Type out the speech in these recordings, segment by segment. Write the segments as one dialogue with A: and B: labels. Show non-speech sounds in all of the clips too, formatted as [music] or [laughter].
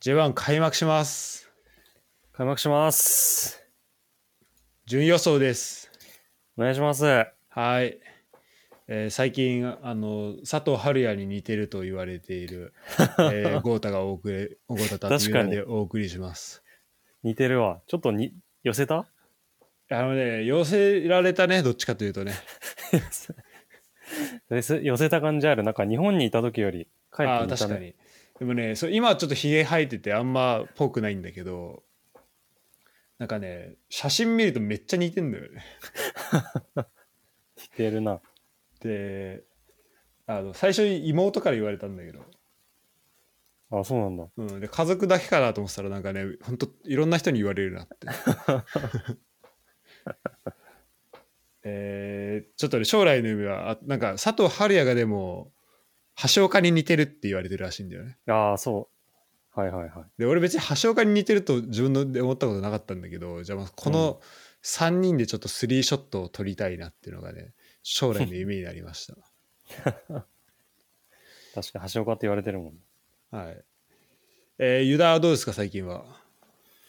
A: J1 開幕します。
B: 開幕します。
A: 順位予想です。
B: お願いします。あ
A: はい。えー最近あの佐藤春也に似てると言われてい
B: [laughs]
A: る、えー、豪太がお送れ豪太た
B: 確かに
A: でお送りします。
B: 似てるわ。ちょっとに寄せた
A: あのね寄せられたねどっちかというとね
B: 寄せ寄せた感じある。なんか日本にいた時より帰っ
A: ああ
B: て
A: ー
B: みた
A: 確か
B: ね。
A: にでもねそう今はちょっとひげ生えててあんまぽくないんだけどなんかね写真見るとめっちゃ似てんだよね
B: 似てるな。
A: であの最初に妹から言われたんだけど、
B: あ、そうなんだ。
A: うん、で家族だけかなと思ってたらなんかねほんといろんな人に言われるなってえーちょっとね将来の夢はあなんか佐藤春也がでも橋岡に似てるって言われてるらしいんだよね
B: ああ、そう。はいはいはい。
A: で俺別に橋岡に似てると自分ので思ったことなかったんだけどじゃあまあこの3人でちょっとスリーショットを取りたいなっていうのがね将来の夢になりました
B: 確かに橋岡って言われてるもん。
A: はい。えー、ユダはどうですか、最近は。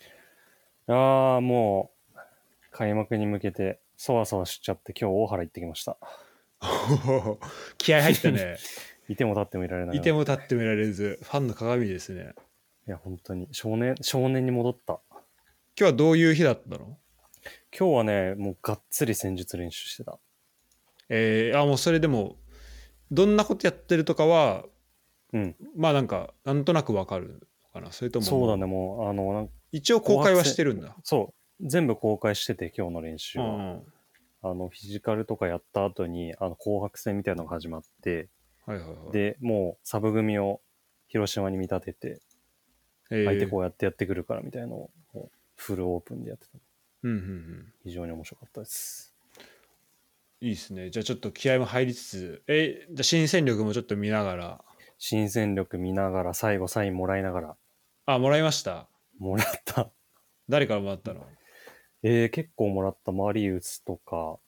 A: [laughs]
B: ああ、もう、開幕に向けて、そわそわしちゃって、今日大原行ってきました。
A: 気合入ったね。
B: いても立ってもいられない。
A: いても立ってもいられず、ファンの鏡ですね。
B: いや、本当に。少年、少年に戻った。
A: 今日はどういう日だったの
B: 今日はね、もうがっつり戦術練習してた。
A: えー、あ、もうそれでも、どんなことやってるとかは、
B: うん。
A: まあなんか、なんとなくわかるのかな。それとも、
B: そうだね、もう、あの、なん
A: 一応公開はしてるんだ。
B: そう。全部公開してて、今日の練習
A: う
B: は。
A: んうん。
B: あの、フィジカルとかやった後に、あの、紅白戦みたいなのが始まって、
A: はいはいはい。
B: で、もうサブ組を広島に見立てて、
A: えー
B: 相手こうやってやってくるからみたいなのを、もうフルオープンでやってた。
A: うんうんうん。
B: 非常に面白かったです。
A: いいですね。じゃあちょっと気合も入りつつ、えー、じゃあ新戦力もちょっと見ながら。
B: 新戦力見ながら、最後サインもらいながら、
A: あ、もらいました。
B: もらった。
A: 誰からもらったの
B: えー、結構もらったマリウスとか、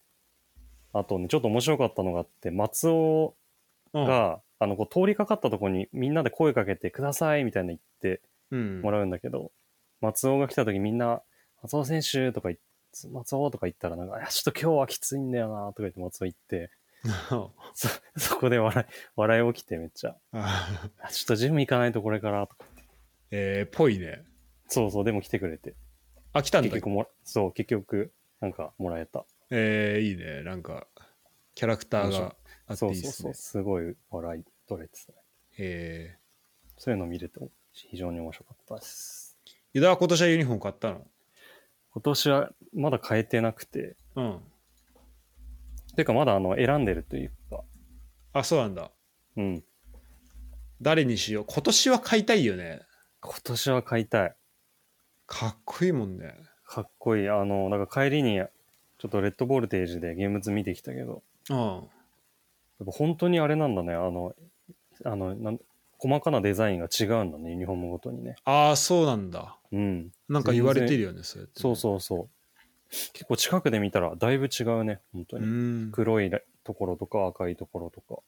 B: あとね、ちょっと面白かったのがあって、松尾
A: うん
B: が、あの、こう通りかかったとこにみんなで声かけてくださいみたいな言って、
A: うん
B: もらうんだけど、松尾が来た時みんな、松尾選手とか言っ、松尾とか言ったらなんか、いやちょっと今日はきついんだよなとか言って松尾
A: [laughs]
B: 行って、そ、そこで笑い、笑い起きてめっちゃ、
A: あ
B: あちょっとジム行かないとこれからとか、
A: [laughs] えー、ぽいね。
B: そうそう、でも来てくれて、
A: あ、来たん
B: 結
A: だ。
B: 局もら、そう、結局、なんかもらえた。
A: えー、いいね。なんか、キャラクターがあって
B: そ
A: いいうで
B: そう
A: す
B: そう、
A: ね。
B: すごい笑い取れてたね。
A: え
B: そういうの見ると非常に面白かったです。
A: ー、ユダは今年はユニフォーム買ったの
B: 今年はまだ変えてなくて、
A: うん。
B: てかまだあの選んでるというか、
A: あ、そうなんだ。
B: うん、
A: 誰にしよう。今年は買いたいよね。
B: 今年は買いたい。
A: かっこいいもんね。
B: かっこいい。あの、なんか帰りに、ちょっとレッドボルテージでゲームズ見てきたけど、
A: うん。
B: やっぱ本当にあれなんだね。あの、あの、なん細かなデザインが違うんだね、ユニフォームごとにね。
A: ああ、そうなんだ。
B: うん。
A: なんか言われてるよね、それってね、
B: そうそうそう。結構近くで見たらだいぶ違うね、本当
A: う
B: に。
A: ん。
B: 黒いところとか赤いところとか。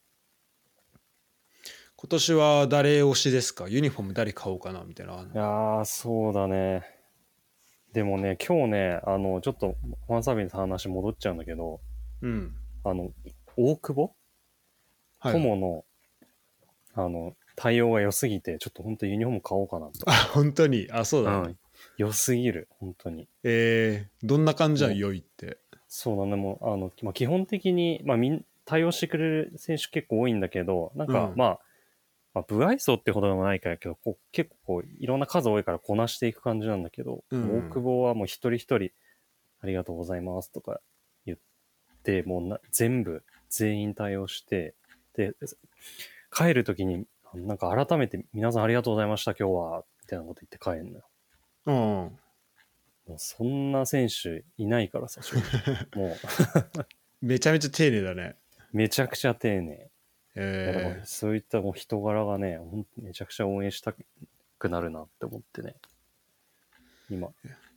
A: 今年は誰推しですかユニフォーム誰買おうかなみたいなのあんの
B: い。やー、そうだね。でもね、今日ね、あの、ちょっとファンサービスの話戻っちゃうんだけど、
A: うん。
B: あの、大久保
A: はい。
B: 友の、あの、対応が良すぎて、ちょっと本当ユニフォーム買おうかなと。
A: あ、本当に。あ、そうだ、ね
B: うん。良すぎる、本当に。
A: えー、どんな感じなの
B: うん
A: 良いって。
B: そうだね、もう、あの、まあ、基本的に、まあ、みん、対応してくれる選手結構多いんだけど、なんか、
A: うん
B: まあ、まあ、不愛想ってほどでもないからけど、こう結構こういろんな数多いからこなしていく感じなんだけど、
A: うん
B: 大久保はもう一人一人、ありがとうございますとか言って、もうな全部、全員対応して、で、帰るときに、あのなんか改めて皆さんありがとうございました、今日は、みたいなこと言って帰るのよ。
A: うん。
B: もうそんな選手いないからさ、正
A: [laughs]
B: 直も
A: めちゃめちゃ丁寧だね。
B: うめちゃくちゃ丁寧。だから
A: え
B: そういったもう人柄がね、ほんとめちゃくちゃ応援したくなるなって思ってね。今。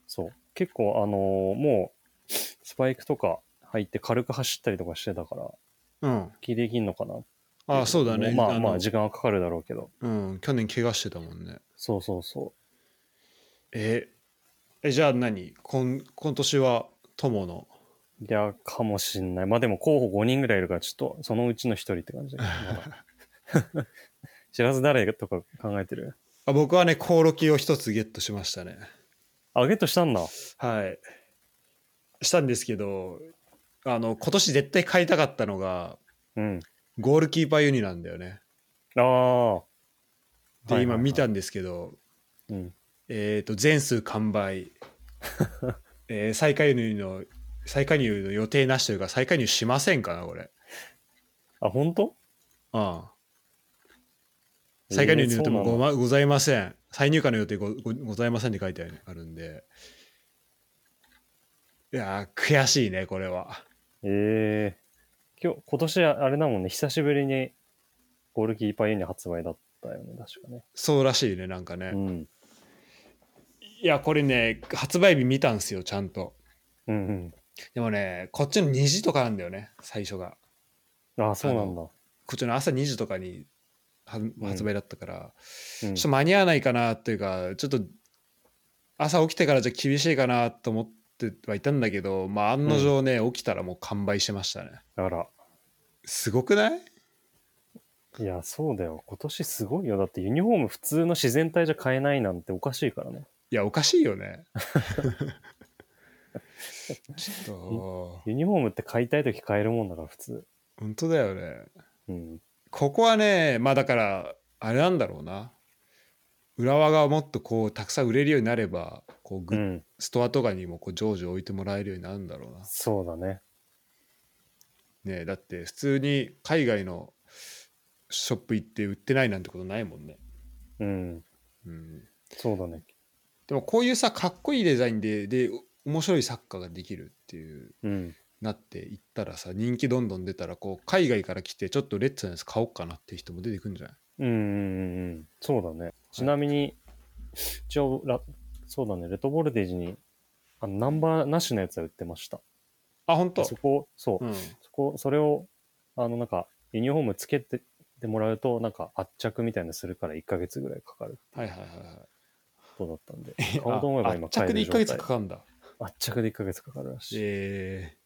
B: そう。結構あのーもう、スパイクとか入って軽く走ったりとかしてたから、
A: ー、うん。
B: 復帰できんのかな
A: ああ、そうだね。
B: まあま
A: の
B: あ時間はかかるだろうけど。
A: うん、去年怪我してたもんね。
B: そうそうそ
A: え、えじゃあ何今今年は友の。
B: う。いや、かもしんない。まあでも候補5人ぐらいいるから、ちょっとそのうちの1人って感じだけどまだ
A: [laughs]
B: 知らず誰とか考えてる
A: あ僕はね、コオロキを一つゲットしましたね。
B: あ、ゲットしたんだ。
A: はい。したんですけど、あの、今年絶対買いたかったのが、
B: うん。
A: ゴールキーパーユニなんだよね。
B: ああ。は
A: で、
B: いはいはい
A: 今見たんですけど、
B: うん。
A: えっ、と、全数完 [laughs] 売。えー再加入の、再加入の予定なしというか、再加入しませんかな、これ。
B: あ、本当
A: うん。再加入の予定もご,、
B: 万。
A: ま、ございません。再入荷の予定ごごございませんって書いてあるあるんで。いやー、悔しいね、これは。
B: ええ今日、今年あれだもんね、久しぶりにゴールキーパーユニ発売だったよね、確かね。
A: そうらしいね、なんかね。
B: うん。
A: いや、これね、発売日見たんすよ、ちゃんと。
B: うん
A: でもね、こっちの2時とかなんだよね、最初が。
B: うん。あ、そうなんだ。
A: こっちの朝2時とかには発売だったから、
B: うん
A: ちょっと間に合わないかなっていうか、ちょっと朝起きてからじゃ厳しいかなと思ってはいたんだけど、まあ案の定ね、起きたらもう完売してましたね。
B: あら。
A: すごくない
B: いや、そうだよ。今年すごいよ。だってユニフォーム普通の自然体じゃ買えないなんておかしいからね。
A: いや、おかしいよ
B: [laughs]
A: ね。ちょっと、
B: ユニフォームって買いたいとき買えるもんだから、普通。
A: 本当だよね。
B: うん。
A: ここはね、まあだから、あれなんだろうな。浦和がもっとこうたくさん売れるようになればこうグ
B: う
A: ッ
B: ん。
A: ストアとかにもこう常時置いてもらえるようになるんだろうな。
B: そうだね。
A: ねえだって普通に海外のショップ行って売ってないなんてことないもんね。
B: うん。
A: うん、
B: そうだね。
A: でもこういうさかっこいいデザインでで面白いサッカーができるっていう
B: うん。
A: なっていったらさ人気どんどん出たらこう海外から来てちょっとレッツなやつ買おうかなっていう人も出てくるんじゃない
B: うんうんうんうん。そうだね。ちなみに、一応ラ、そうだね、レッドボルテージに、あのナンバーなしのやつは売ってました。
A: あ本当
B: そこ、そう、
A: うん、
B: そこ、それを、あの、なんか、ユニフォームつけててもらうと、なんか、圧着みたいなのするから1ヶ月ぐらいかかる
A: はいはいはいは
B: ことだったんで、
A: い。
B: [laughs] 買おうと思えば今
A: あ圧
B: 買え
A: 着で1
B: る
A: ヶ
B: 状態
A: 月かかるんだ。
B: 圧着で1ヶ月かかるらしいっ
A: え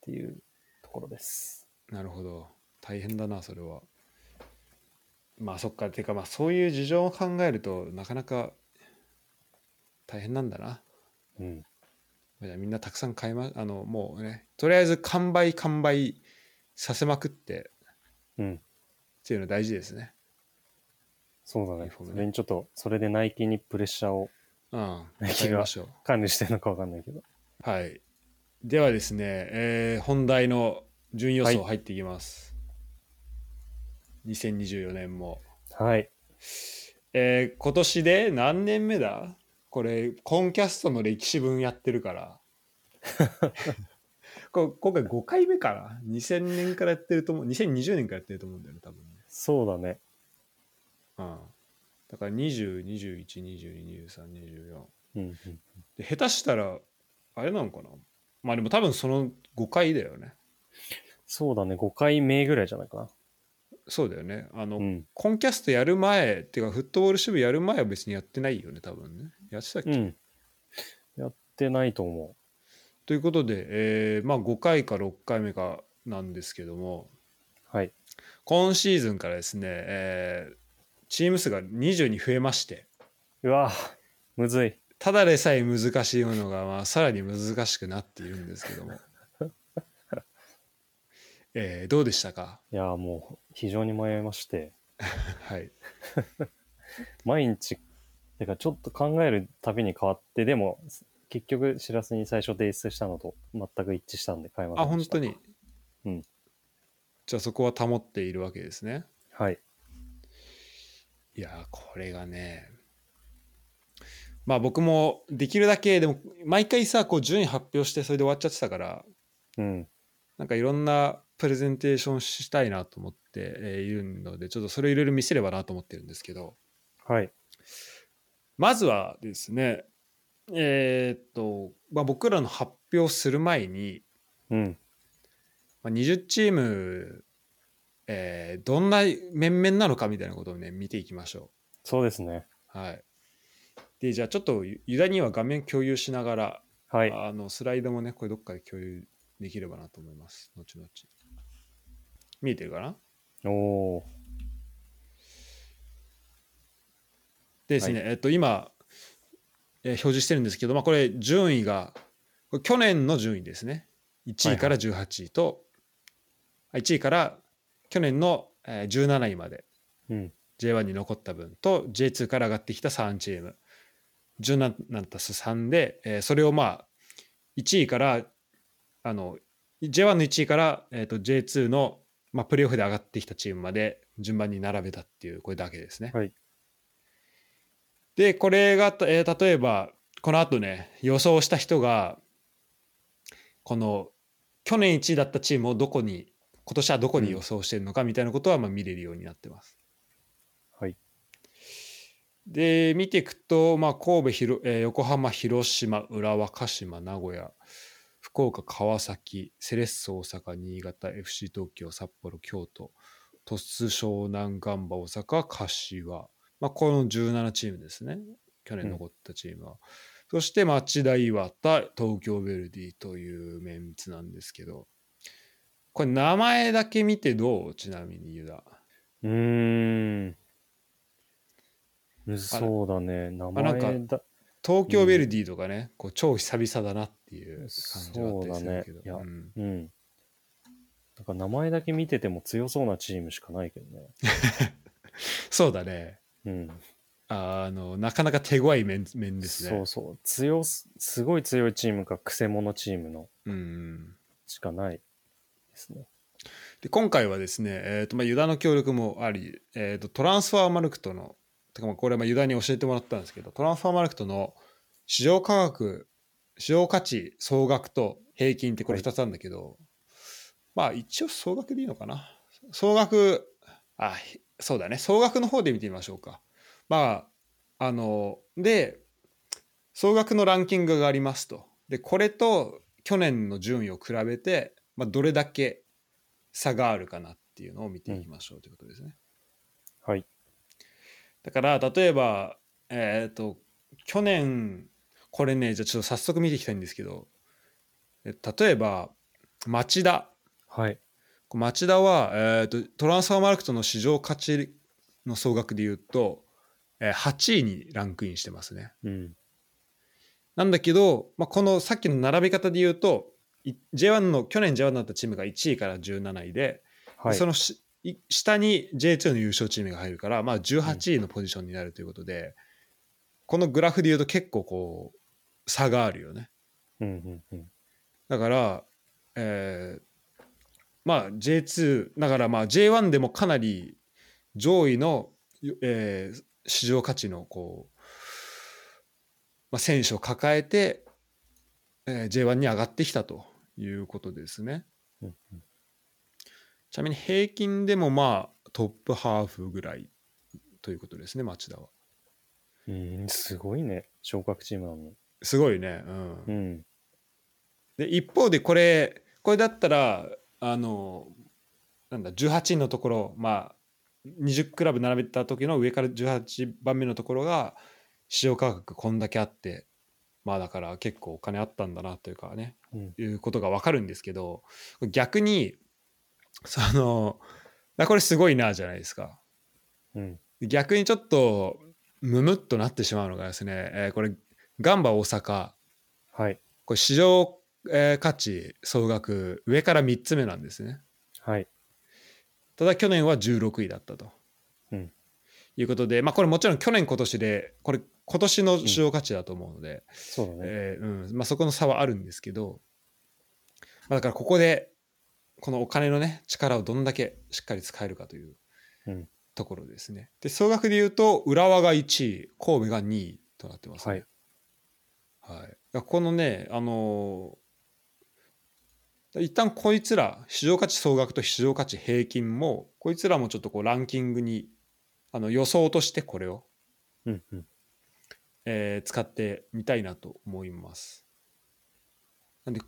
B: ていうところです。
A: ー、なるほど大変だなそれは。まあそっかてかまあそういう事情を考えるとなかなか大変なんだな。
B: うん。
A: じゃあみんなたくさん買いまあのもうねとりあえず完売完売させまくって
B: うん。
A: っていうの大事ですね
B: そうだ
A: ユニ
B: ね
A: フォー。ムね
B: それにちょっと、それでナイキにプレッシャーを
A: うん
B: [laughs]
A: 買
B: 気が
A: いましょう
B: 管理してるのかわかんないけど。
A: はいではですね、えー本題の順位予想入っていきます、2024年も
B: はい。
A: えー今年で何年目だこれコンキャストの歴史分やってるから [laughs] こ今回5回目かな2000年からやってると思う2020年からやってると思うんだよね多分ね
B: そうだね。
A: うんだから20、21、22、23、24。
B: うん、うん。
A: で、下手したら、あれなのかなまあでも多分その5回だよね。
B: そうだね。5回目ぐらいじゃないかな。
A: そうだよね。あの、
B: うん。
A: コンキャストやる前、っていうか、フットボール支部やる前は別にやってないよね、多分ね。やってたっけ、
B: うん。やってないと思
A: ということで、えーまあ5回か6回目かなんですけども、
B: う。はい。
A: 今シーズンからですね、えーチーム数が20に増えまして、
B: うわむずい。
A: ただでさえ難しいものが、まあ、さらに難しくなっているんですけど
B: [laughs]
A: も。えーどうでしたか
B: いやーもう非常に迷いまして、
A: はい。
B: 毎日、てかちょっと考えるたびに変わって、でも結局知らずに最初提出したのと全く一致したんで買いませ
A: あ、
B: んで
A: 本
B: した
A: 当に。
B: うん
A: じゃあそこは保っているわけですね。
B: はい。
A: いやー、これがね。まあ僕もできるだけ、でも毎回さ、こう順位発表してそれで終わっちゃってたから、
B: うん。
A: なんかいろんなプレゼンテーションしたいなと思ってえーいるので、ちょっとそれいろいろ見せればなと思ってるんですけど。
B: はい。
A: まずはですね、えーっと、まあ、僕らの発表する前に、
B: うん。
A: まあ、20チーム、ええーどんな面々なのかみたいなことをね、見ていきましょ
B: そうですね。
A: う。はい。で、じゃあちょっとユダには画面共有しながら、
B: はい。
A: あのスライドもね、これどっかで共有できればなと思います。後々。見えてるかな
B: おお
A: でですね、えっと、今、えー表示してるんですけど、まあ、これ順位が、これ去年の順位ですね。1位から18位と、あ1位から去年のえー17位まで
B: ー。うん。
A: J1 に残った分と J2 から上がってきた3チーム17たす3で、えーそれをまあ1位からあの J1 の1位から、えー、と J2 の、まあ、プレーオフで上がってきたチームまで順番に並べたっていうこれだけですね。
B: はい
A: でこれが、えー例えばこのあとね予想した人がこの去年1位だったチームをどこに今年はどこに予想してるのかみたいなことはまあ見れるようになってます。
B: はい。
A: で見ていくと、まあ、神戸広、えー横浜広島浦和鹿島名古屋福岡川崎セレッソ大阪新潟 FC 東京札幌京都鳥栖湘南ガンバ大阪柏、まあ、この17チームですね去年残ったチームは、そして町田岩田東京ヴェルディというメンツなんですけどこれ名前だけ見てどうちなみにユダ
B: うーん。むそうだね。
A: な
B: 名
A: んか
B: 前だ。
A: 東京ヴェルディとかね、こう超久々だなっていう感じはあったりするけど
B: そうだねいや
A: ん
B: うん。なんか名前だけ見てても強そうなチームしかないけどね。
A: そうだね
B: うん。
A: あのなかなか手強い面面ですね
B: そうそう。強す、すごい強いチームか、くせ者チームの
A: うん、
B: しかないですね。
A: で今回はですね、えーとまあ、ユダの協力もあり、えー、とトランスファーマルクトのてかまあこれはまあユダに教えてもらったんですけどトランスファーマルクトの市場価格市場価値総額と平均ってこれ
B: はい
A: 2つあるんだけど、まあ一応総額でいいのかな総額あへそうだね総額の方で見てみましょうかまああので総額のランキングがありますとでこれと去年の順位を比べて、まあ、どれだけ差があるかなっていうのを見ていきましょうということですね、
B: はい。
A: だから例えばえっ、と去年これねじゃあちょっと早速見ていきたいんですけどえ例えば町田
B: はい。
A: 町田は、えー、とトランスファーマルクトの市場価値の総額で言うと、えー8位にランクインしてますね。
B: うん。
A: なんだけど、まあ、このさっきの並べ方で言うとい J1 の去年 J1 だったチームが1位から17位で、
B: はい。
A: そのしい下に J2 の優勝チームが入るから、まあ、18位のポジションになるということで、このグラフで言うと結構こう差があるよね。
B: うんうんうん。
A: だから、えーまあ J2 だからまあ J1 でもかなり上位の、えー市場価値のこう、まあ、選手を抱えて、えー J1 に上がってきたということですね。
B: うんうん
A: ちなみに平均でもまあトップハーフぐらいということですね町田は。
B: うん、すごいね。昇格チームなのに。
A: すごいね。うん
B: うん。
A: で一方でこれこれだったらあのなんだ18位のところまあ20クラブ並べた時の上から18番目のところが市場価格こんだけあってまあだから結構お金あったんだなというかね
B: うん。
A: いうことが分かるんですけど逆にそのあこれすごいなじゃないですか
B: うん。
A: 逆にちょっとムムっとなってしまうのがですね、えーこれガンバ大阪
B: はい。
A: これ市場、えー価値総額上から3つ目なんですね
B: はい。
A: ただ去年は16位だったと、
B: うん
A: いうことでまあこれもちろん去年今年でこれ今年の市場価値だと思うので、
B: そうだね。
A: えーうんまあ、そこの差はあるんですけど、まあ、だからここでこのお金のね力をどんだけしっかり使えるかという
B: うん
A: ところですね、で総額で言うと浦和が1位神戸が2位となってますねはい、だからこのねあのー一旦こいつら市場価値総額と市場価値平均もこいつらもちょっとこうランキングにあの予想としてこれを、
B: うんうん。
A: えー使ってみたいなと思います。なんで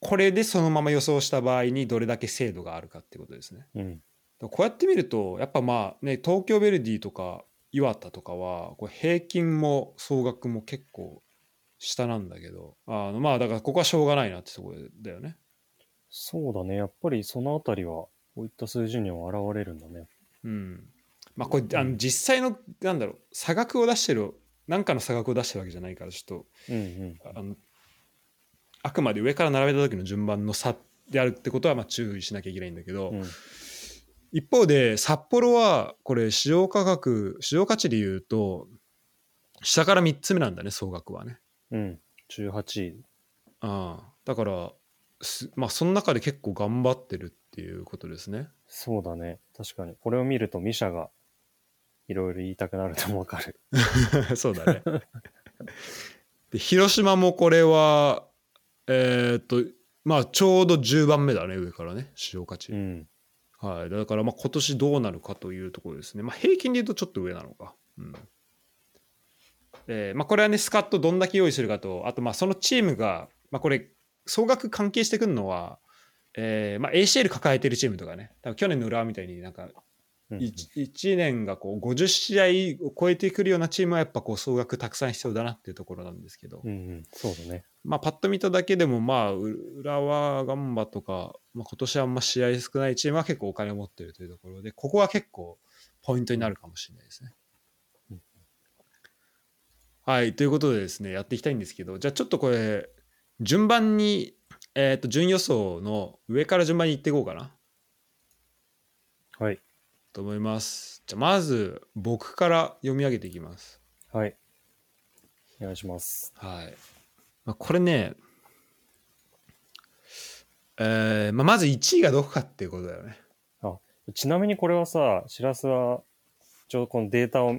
A: これでそのまま予想した場合にどれだけ精度があるかってことですね。
B: うん。
A: こうやって見るとやっぱまあね東京ヴェルディとか岩田とかはこう平均も総額も結構下なんだけどあのまあだからここはしょうがないなってところだよね。
B: そうだね。やっぱりそのあたりは、こういった数字には現れるんだね。
A: うんまあ、これあ
B: う
A: の
B: ん
A: 実際のなんだろう差額を出してるなんかの差額を出してるわけじゃないからちょっと
B: うんうん。
A: あのあくまで上から並べた時の順番の差であるってことはまあ注意しなきゃいけないんだけど、
B: うん
A: 一方で札幌はこれ市場価格市場価値でいうと下から3つ目なんだね総額はね。
B: うん。18位。
A: ああだからすまあその中で結構頑張ってるっていうことですね。 [laughs]
B: そうだね。確かに。これを見ると、ミシャが、いろいろ言いたくなるともわかる。
A: そうだね。で広島もこれはえーっとまあちょうど10番目だね上からね市場価値。
B: うん。
A: はい、だからまあ今年どうなるかというところですね、まあ、平均で言うとちょっと上なのか、うんえーまあ、これはねスカッとどんだけ用意するかとあとまあそのチームが、まあ、これ総額関係してくるのは、えーまあ、ACL 抱えてるチームとかね多分去年の浦和みたいになんか
B: うん
A: 1, 年がこう50試合を超えてくるようなチームはやっぱこう総額たくさん必要だなっていうところなんですけど、
B: うんうん。そうだね。
A: まあ、パッと見ただけでも、まあ、う浦和、ガンバとか、まあ、今年あんま試合少ないチームは結構お金を持ってるというところで、ここは結構ポイントになるかもしれないですね
B: うん。
A: はい、ということでですね、やっていきたいんですけど、じゃあちょっとこれ、順番に、えっ、と、順位予想の上から順番にいっていこうかな
B: はい。
A: と思います。じゃあまず、僕から読み上げていきます。
B: はい。お願いします。
A: はい。まあ、これね、えーまあ、まず1位がどこかっていうことだよね。
B: ちなみにこれはさ、しらすは、ちょうどこのデータを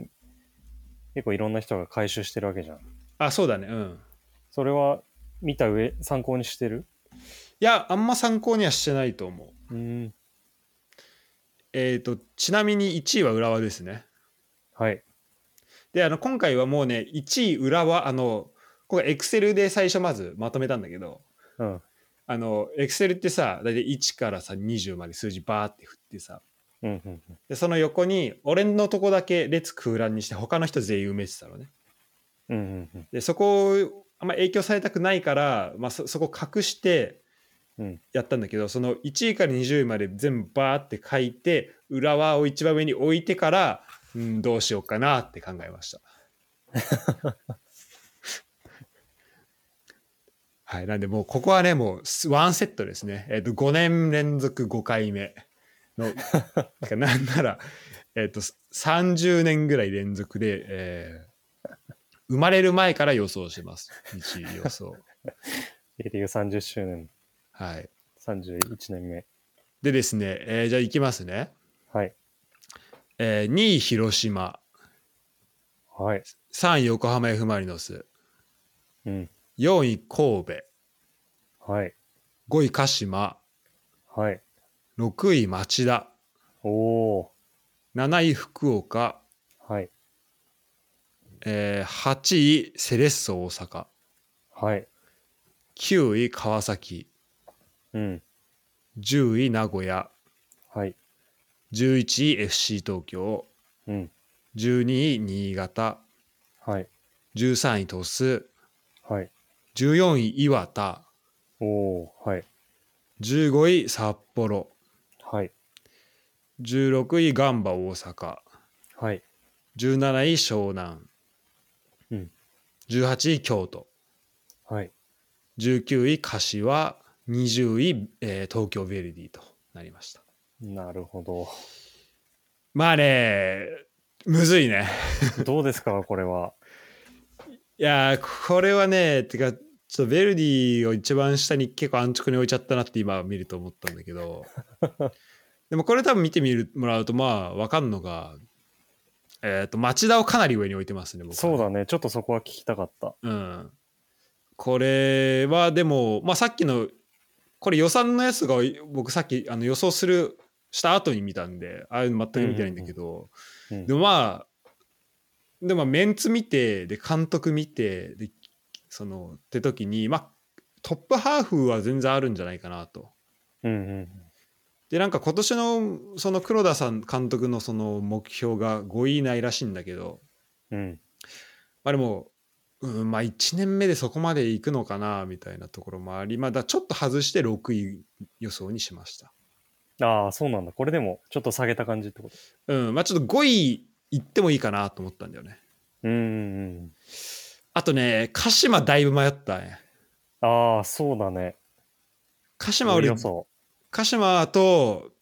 B: 結構いろんな人が回収してるわけじゃん。
A: あ、そうだね。うん。
B: それは見た上、参考にしてる
A: いや、あんま参考にはしてないと思う。
B: うん。
A: えっ、と、ちなみに1位は浦和ですね。
B: はい。
A: で、あの、今回はもうね、1位浦和、あの、これエクセルで最初まずまとめたんだけど、
B: うん。
A: あの、エクセルってさ、大体1からさ、20まで数字バーって振ってさ、
B: うんうんうん。
A: で、その横に、俺のとこだけ列空欄にして、他の人全員埋めてたのね。
B: うんうんうん。
A: でそこをあんま影響されたくないから、まあ、そそこ隠して
B: うん
A: やったんだけど、その1位から20位まで全部バーって書いて裏輪を一番上に置いてから、うん、どうしようかなって考えま
B: [laughs]
A: した。はい、なんでもうここはねもうすワンセットですね、えっと5年連続5回目
B: [laughs]
A: のなんかなんなら、えっと30年ぐらい連続で、えー生まれる前から予想してます。一位予想。
B: A リーグ30周年、
A: はい。
B: 31年目。
A: でですね、えーじゃあいきますね。
B: はい。
A: えー、2位広島、
B: はい。
A: 3位横浜 F ・マリノス、
B: うん。
A: 4位神戸、
B: はい。
A: 5位鹿島、
B: はい。
A: 6位町田、
B: おお
A: 7位福岡、
B: ー。はい。
A: えー8位セレッソ大阪、
B: はい。
A: 9位川崎、
B: うん。
A: 10位名古屋、
B: はい。
A: 11位 FC 東京、
B: うん。
A: 12位新潟、
B: はい。
A: 13位鳥栖、
B: はい。
A: 14位岩田、
B: おおー。はい。
A: 15位札幌
B: はい。
A: 16位ガンバ大阪
B: はい。
A: 17位湘南、
B: うん
A: 18位京都
B: はい。
A: 19位柏20位、えー東京ヴェルディとなりました
B: なるほど。 [laughs]
A: まあねむずいね
B: どうですか、これは。
A: いやーこれはねてかちょっとヴェルディを一番下に結構安直に置いちゃったなって今見ると思ったんだけ
B: [laughs]
A: どでもこれ多分見てみるもらうとまあ分かんのがえっ、と町田をかなり上に置いてますね僕はね
B: そうだね。ちょっとそこは聞きたかった。
A: うん、これはでも、まあ、さっきのこれ予算のやつが僕さっきあの予想するした後に見たんでああいうの全く見てないんだけど、
B: うん
A: でもまあでもまあメンツ見てで監督見てでそのって時にまあトップハーフは全然あるんじゃないかなと。
B: うんうん。
A: でなんか今年のその黒田さん監督のその目標が5位以内らしいんだけど、
B: うん。
A: まあ、でも、うん、まあ1年目でそこまで行くのかなみたいなところもありまあだちょっと外して6位予想にしました。
B: ああ、そうなんだ。これでも、ちょっと下げた感じってこと。
A: うんまあちょっと5位行ってもいいかなと思ったんだよね。
B: うんうんうん。
A: あとね鹿島だいぶ迷ったね。
B: ああ、そうだね。
A: 鹿島俺
B: 予想。
A: 鹿島と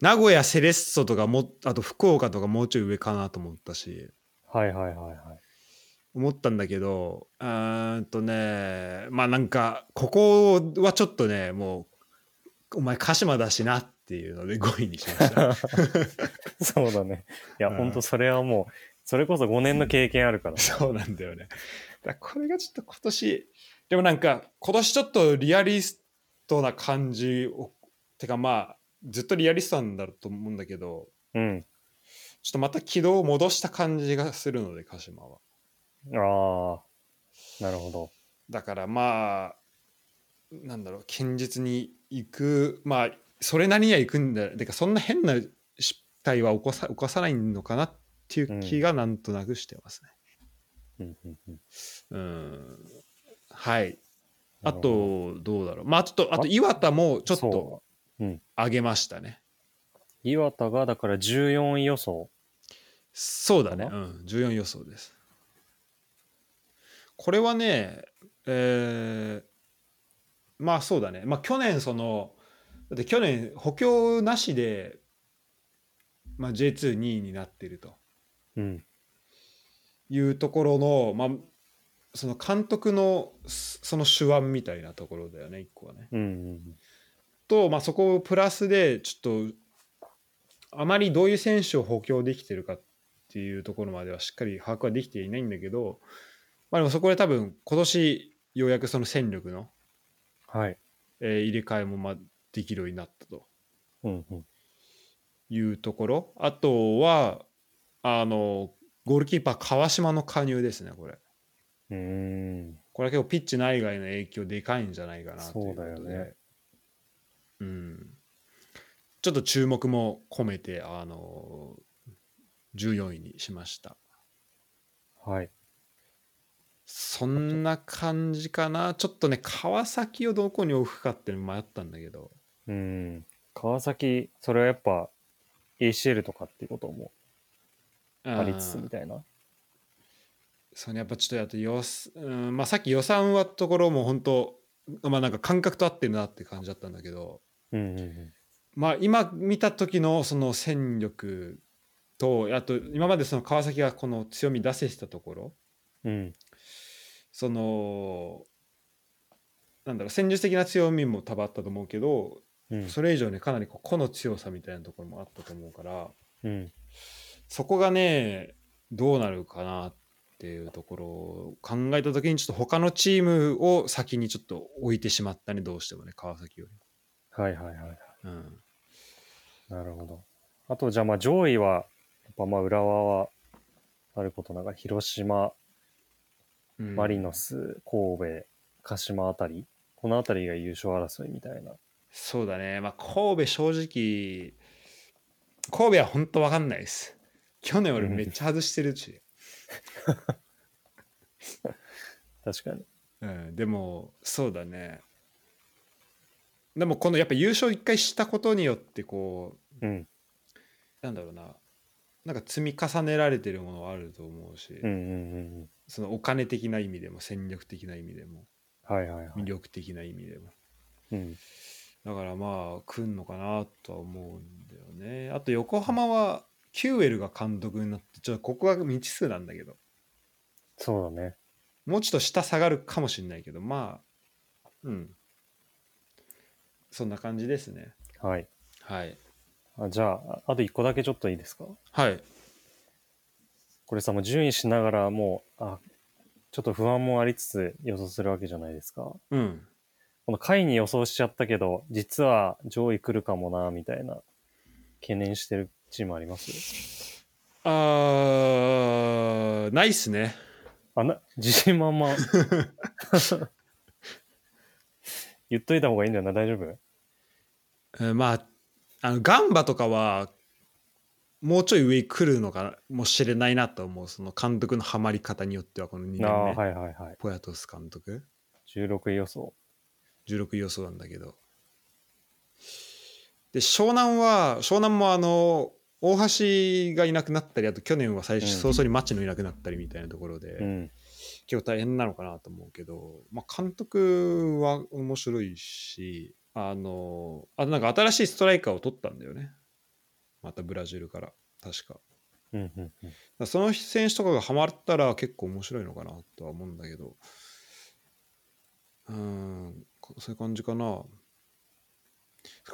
A: 名古屋セレッソとかもあと福岡とかもうちょい上かなと思ったし
B: はいはいはいはい。 [laughs]
A: 思ったんだけどうーんとねまあなんかここはちょっとねもうお前鹿島だしなっていうので5位にしました
B: そうだね。いや、
A: うん
B: ほんとそれはもう、それこそ5年の経験あるから。
A: そうなんだよねだからこれがちょっと今年でもなんか今年ちょっとリアリストな感じをてかまあずっとリアリストなんだと思うんだけど
B: うん。
A: ちょっとまた軌道を戻した感じがするので、鹿島は。
B: ああ、なるほど。
A: だからまあ、なんだろう、堅実に行く、まあ、それなりには行くんだ、てか、そんな変な失態は起こさ起こさないのかなっていう気がなんとなくしてますね。
B: うんうんうん
A: うん。はい。あ
B: なるほど
A: と、どうだろう。まあ、ちょっと、あと、岩田もちょっと
B: そ
A: 上げましたね。
B: う岩田がだから14位予想。
A: そうだね、う
B: か
A: ん、14予想です。これはね、えーまあそうだね、まあ去年その、だって去年補強なしで、まあ、J22 位になってると
B: うん。
A: いうところの、まあ、その監督のすその手腕みたいなところだよね、一個はね。
B: うんうん
A: と、まあ、そこをプラスでちょっとあまりどういう選手を補強できてるかっていうところまではしっかり把握はできていないんだけど、まあ、でもそこで多分今年ようやくその戦力の、
B: うん。はい。
A: えー入れ替えもまあできるようになったと
B: うんうん。
A: いうところあとはあのゴールキーパー川島の加入ですねこれ
B: うーん。
A: これは結構ピッチ内外の影響でかいんじゃないかなということで
B: そうだよね
A: うん、ちょっと注目も込めてあの14位にしました
B: はい。
A: そんな感じかなちょっとね川崎をどこに置くかって迷ったんだけど
B: うん。川崎、それはやっぱ ACL とかっていうこともありつつ
A: うん
B: みたいな。
A: そうねやっぱちょっとあと予す、うんまあ、さっき予算はところも本当まあなんか感覚と合ってるなって感じだったんだけど
B: うんうんう
A: まあ、今見た時のその戦力とあと今までその川崎がこの強み出せてたところ
B: ん。うん。
A: そのなんだろう戦術的な強みも多分あったと思うけど
B: うん。
A: それ以上にかなりこう個の強さみたいなところもあったと思うから
B: うん。
A: そこがねどうなるかなっていうところを考えた時にちょっと他のチームを先にちょっと置いてしまったねどうしてもね川崎よ
B: はいはいはいはい。
A: り。うん
B: なるほど。あと、じゃあまあ上位は、やっぱまあ浦和は、あることながら、広島、
A: うん
B: マリノス、神戸、鹿島あたり、このあたりが優勝争いみたいな。
A: そうだね、まあ、神戸正直神戸は本当わかんないです去年俺
B: うん
A: めっちゃ外してるし、
B: 確かに。
A: うん、でもそうだねでもこのやっぱ優勝一回したことによってこう
B: うん。
A: なんだろうななんか積み重ねられてるものはあると思うし、
B: うんうんうんうん。
A: そのお金的な意味でも戦略的な意味でも
B: はいはいはい
A: 魅。力的な意味でも
B: うん。
A: だからまあ来んのかなとは思うんだよねあと横浜はキューエルが監督になってちょっとここが未知数なんだけど
B: そうだね。
A: もうちょっと下下がるかもしれないけどまあうんそんな感じですね
B: はい。
A: はい
B: あじゃあ、ああと一個だけちょっといいですか
A: はい
B: これさ、もう順位しながらもう、あ、ちょっと不安もありつつ予想するわけじゃないですか。
A: うん
B: この下位に予想しちゃったけど、実は上位来るかもな、みたいな、懸念してるチームあります
A: あーないっすね
B: あな、自信満々。 [laughs] 言っといた方がいいんじゃない大丈夫
A: うんまあ、あのガンバとかはもうちょい上来るのかもしれないなと思うその監督のハマり方によってはこの2年
B: あ
A: 目、
B: あ、はいはいはい。
A: ポヤトス監督
B: 16位予想。
A: 16予想なんだけどで湘南は湘南もあの大橋がいなくなったりあと去年は最初
B: うん
A: 早々に町野いなくなったりみたいなところで、
B: うん。
A: 結構大変なのかなと思うけど、まあ、監督は面白いしあのあとなんか新しいストライカーを取ったんだよねまたブラジルから確かだか
B: うんうんうん。
A: らその選手とかがハマったら結構面白いのかなとは思うんだけどうんこそういう感じかなこ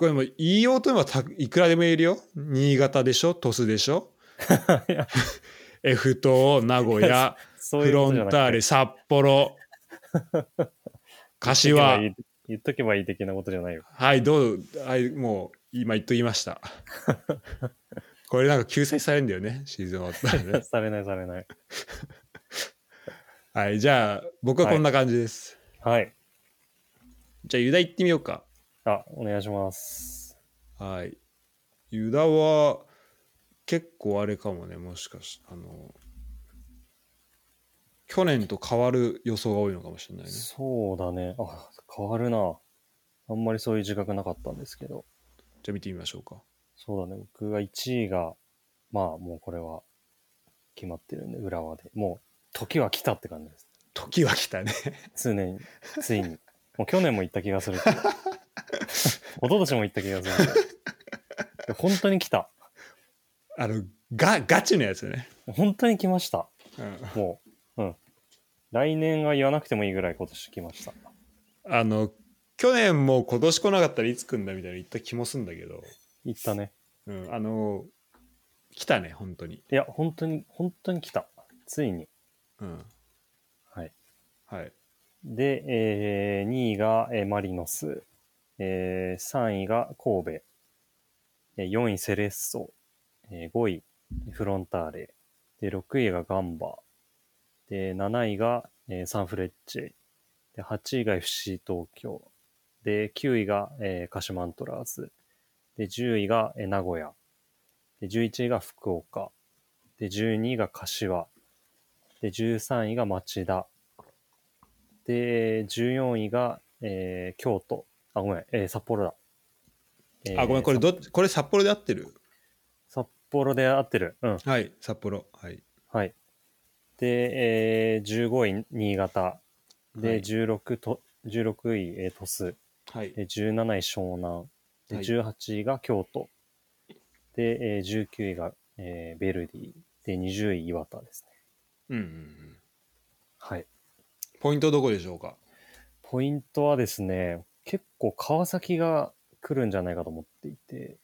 A: れも言いようといえばたいくらでも言えるよ新潟でしょ鳥栖でしょ
B: いや
A: F 島名古
B: [laughs]
A: 屋
B: そう
A: フ
B: いうこ
A: ロ
B: とじ
A: ン
B: ゃなくて
A: ターレ、札幌、
B: 言っとけば
A: 柏
B: [laughs] い、い言っとけばいい的なことじゃないよ。。
A: はい、どう、はい、もう今言っときました。これなんか救済されるんだよね、シーズン終わったらね
B: されないされない。
A: はい、じゃあ、僕はこんな感じです。
B: はい。
A: じゃあ、ユダ行ってみようか。
B: あ、お願いします。
A: はい。ユダは、結構あれかもね、もしかしあの、去年と変わる予想が多いのかもしれないね。
B: そうだね。あ、変わるな。あんまりそういう自覚なかったんですけど。
A: じゃあ、見てみましょうか。
B: そうだね。僕が1位が、まあもうこれは決まってるんで、浦和で。もう時は来たって感じです。
A: 時は来たね。 [laughs]
B: 常に、ついに。もう去年も行った気がするけど。一昨年も行った気がするけど。本当に来た。
A: あの、ガガチのやつね。
B: 本当に来ました。
A: うん
B: もう、うん。来年は言わなくてもいいぐらい今年来ました。
A: あの去年も今年来なかったらいつ来んだみたいな言った気もすんだけど、
B: 行ったね。
A: うん、あの来たね本当に、
B: いや、本当に、本当に来た。ついに。
A: うん、
B: はい。
A: はい
B: で、えー、2位が、えーマリノス。えー、3位が神戸。えー4位セレッソ。えー、5位フロンターレ。で、6位がガンバ。で、7位が、えーサンフレッチェ。で、8位が FC 東京。で、9位が、えー、鹿島アントラーズ。で、10位が、えー名古屋。で、11位が福岡。で、12位が柏。で、13位が町田。で、14位が、えー京都。あ、ごめん、えー札幌だ。えー
A: あごめんこれどっこれ札幌で合ってる
B: 札幌で合ってる。うん。
A: はい札幌はい
B: はい。で、えー、15位、新潟。
A: は
B: で、
A: い
B: 16と、16位、えー、鳥栖。
A: はい
B: で、17位、湘南。で、
A: はい
B: 18位が京都。で、えー、19位が、えー、ベルディ。で、20位、岩田です
A: うん
B: ね。
A: うんうん
B: はい。
A: ポイントどこでしょうか
B: ポイントはですね、結構川崎が来るんじゃないかと思っていて、